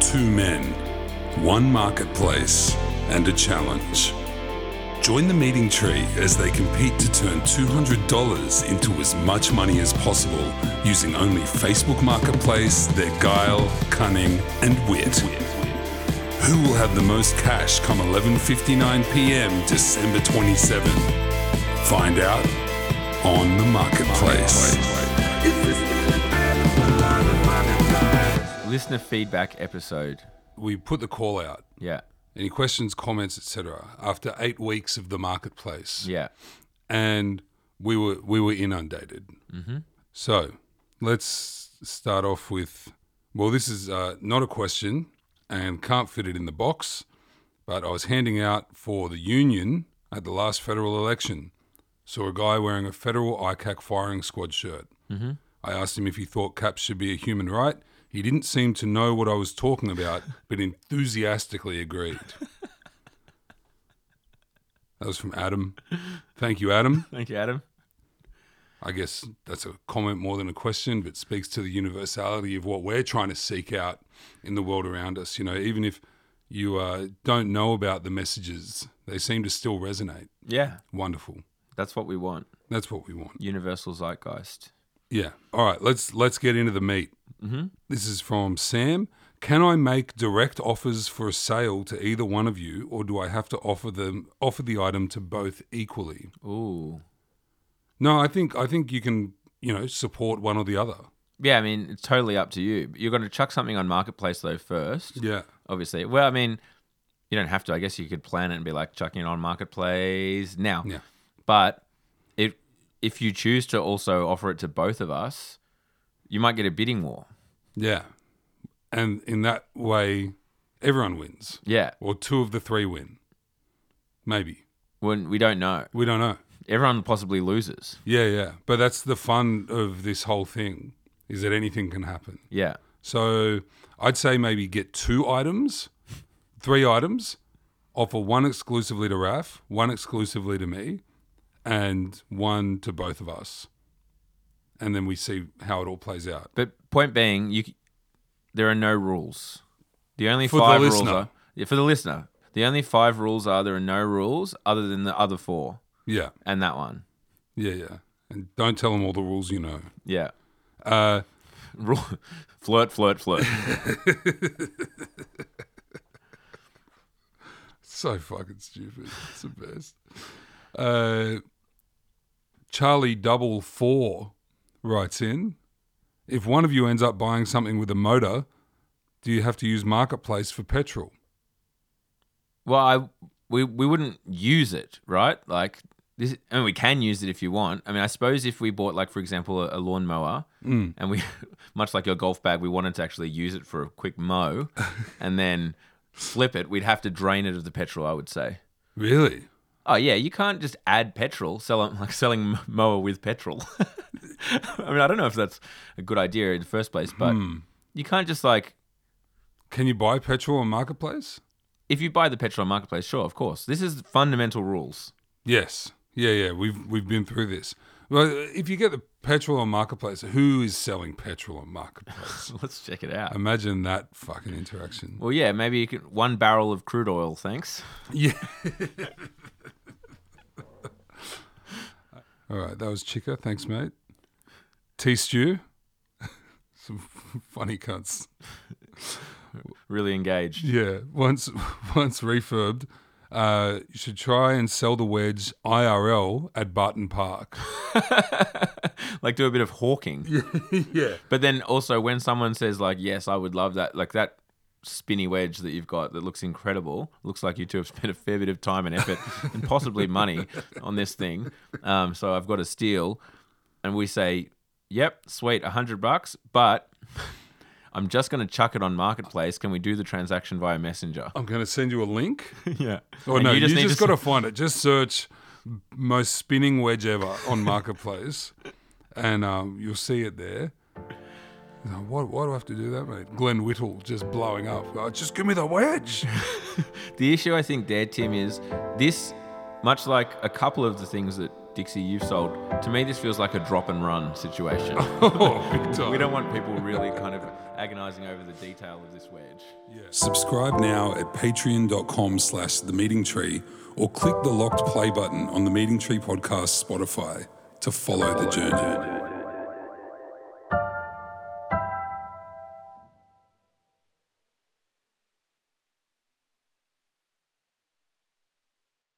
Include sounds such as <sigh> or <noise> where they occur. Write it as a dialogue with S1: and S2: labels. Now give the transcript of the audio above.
S1: two men, one marketplace, and a challenge. Join the meeting tree as they compete to turn $200 into as much money as possible using only Facebook Marketplace, their guile, cunning, and wit. Who will have the most cash come 11:59 p.m. December 27? Find out on the marketplace.
S2: Listener feedback episode.
S1: We put the call out.
S2: Yeah.
S1: Any questions, comments, etc. After eight weeks of the marketplace,
S2: Yeah.
S1: and we were we were inundated. Mm-hmm. So let's start off with. Well, this is uh, not a question and can't fit it in the box, but I was handing out for the union at the last federal election. Saw a guy wearing a federal ICAC firing squad shirt. Mm-hmm. I asked him if he thought caps should be a human right. He didn't seem to know what I was talking <laughs> about, but enthusiastically agreed. That was from Adam. Thank you, Adam.
S2: Thank you, Adam.
S1: I guess that's a comment more than a question, but speaks to the universality of what we're trying to seek out in the world around us. You know, even if you uh, don't know about the messages, they seem to still resonate.
S2: Yeah.
S1: Wonderful.
S2: That's what we want.
S1: That's what we want.
S2: Universal zeitgeist.
S1: Yeah. All right. Let's let's get into the meat.
S2: Mhm.
S1: This is from Sam. Can I make direct offers for a sale to either one of you, or do I have to offer them offer the item to both equally?
S2: Ooh.
S1: No, I think I think you can you know support one or the other.
S2: Yeah, I mean, it's totally up to you. You're going to chuck something on Marketplace, though, first.
S1: Yeah.
S2: obviously. Well, I mean, you don't have to. I guess you could plan it and be like chucking it on marketplace now.
S1: Yeah.
S2: But if if you choose to also offer it to both of us, you might get a bidding war.
S1: Yeah. And in that way, everyone wins,
S2: Yeah.
S1: or two of the three win. Maybe.
S2: When we don't know,
S1: We don't know.
S2: everyone possibly loses.
S1: Yeah, yeah. But that's the fun of this whole thing is that anything can happen.
S2: Yeah.
S1: So I'd say maybe get two items, three items, offer one exclusively to Raf, one exclusively to me, and one to both of us. And then we see how it all plays out.
S2: But point being, you c- there are no rules. The only
S1: For the
S2: five rules
S1: listener.
S2: are yeah, for the listener. The only five rules are there are no rules other than the other four
S1: Yeah,
S2: and that one.
S1: yeah, yeah. And don't tell them all the rules you know.
S2: Yeah. <laughs>
S1: Uh,
S2: Rule, flirt,
S1: <laughs>
S2: flirt, flirt.
S1: So fucking stupid. It's the best. Uh, Charlie Double Four writes in If one of you ends up buying something with a motor, do you have to use Marketplace for petrol?
S2: Well, I we we wouldn't use it, right? Like this, I mean, we can use it if you want. I mean, I suppose if we bought, like for example, a, a lawnmower,
S1: Mm.
S2: and we, <laughs> much like your golf bag, we wanted to actually use it for a
S1: <laughs>
S2: quick mow, and then flip it, we'd have to drain it of the petrol. I would say.
S1: Really?
S2: Oh yeah, you can't just add petrol. Sell <laughs> like selling m- mower with petrol. <laughs> I mean, I don't know if that's a good idea in the first place, but you can't just like
S1: Can you buy petrol on Marketplace?
S2: if you buy the petrol on marketplace. Sure, of course. This is fundamental rules. <laughs>
S1: Yes. Yeah, yeah. We've we've been through this. Well, if you get the petrol on Marketplace, who is selling petrol on Marketplace?
S2: Let's check it out.
S1: Imagine that fucking interaction.
S2: Well, yeah, maybe you could one barrel of crude oil, thanks. <laughs>
S1: Yeah. All right, that was Chica. Thanks, mate. T Stew. <laughs> Some funny cunts.
S2: Really engaged. <laughs>
S1: Yeah. Once <laughs> once refurbed, uh, you should try and sell the wedge IRL at Barton Park. <laughs>
S2: like do a bit of hawking.
S1: yeah.
S2: But then also when someone says like, "Yes, I would love that," like that spinny wedge that you've got that looks incredible. Looks like you two have <laughs> spent a fair bit of time
S1: <laughs>
S2: and effort and possibly money on this thing. Um, so I've got a steal, and we say, "Yep, sweet, a hundred bucks," but. <laughs> I'm just going to chuck it on marketplace. Can we do the transaction
S1: <laughs>
S2: via messenger?
S1: I'm gonna send you a
S2: <laughs>
S1: link.
S2: yeah.
S1: Oh
S2: And
S1: no,
S2: you
S1: you
S2: just
S1: just,
S2: need to
S1: gotta find it. Just search most spinning wedge ever
S2: <laughs>
S1: on Marketplace and um, you'll see it there. You know, Why, why do I have to do that, mate? Glenn Whittle just blowing up. Oh, just give me the wedge. <laughs>
S2: The issue I think there, Tim, is this, much like a couple of the things that Dixie you've sold,
S1: <laughs>
S2: to me this feels like a drop and run situation.
S1: oh, big time.
S2: we don't want people really kind of agonizing over the detail of this wedge.
S1: Subscribe now at patreon.com slash the meeting tree or click the locked play button on the meeting tree podcast Spotify to follow the journey.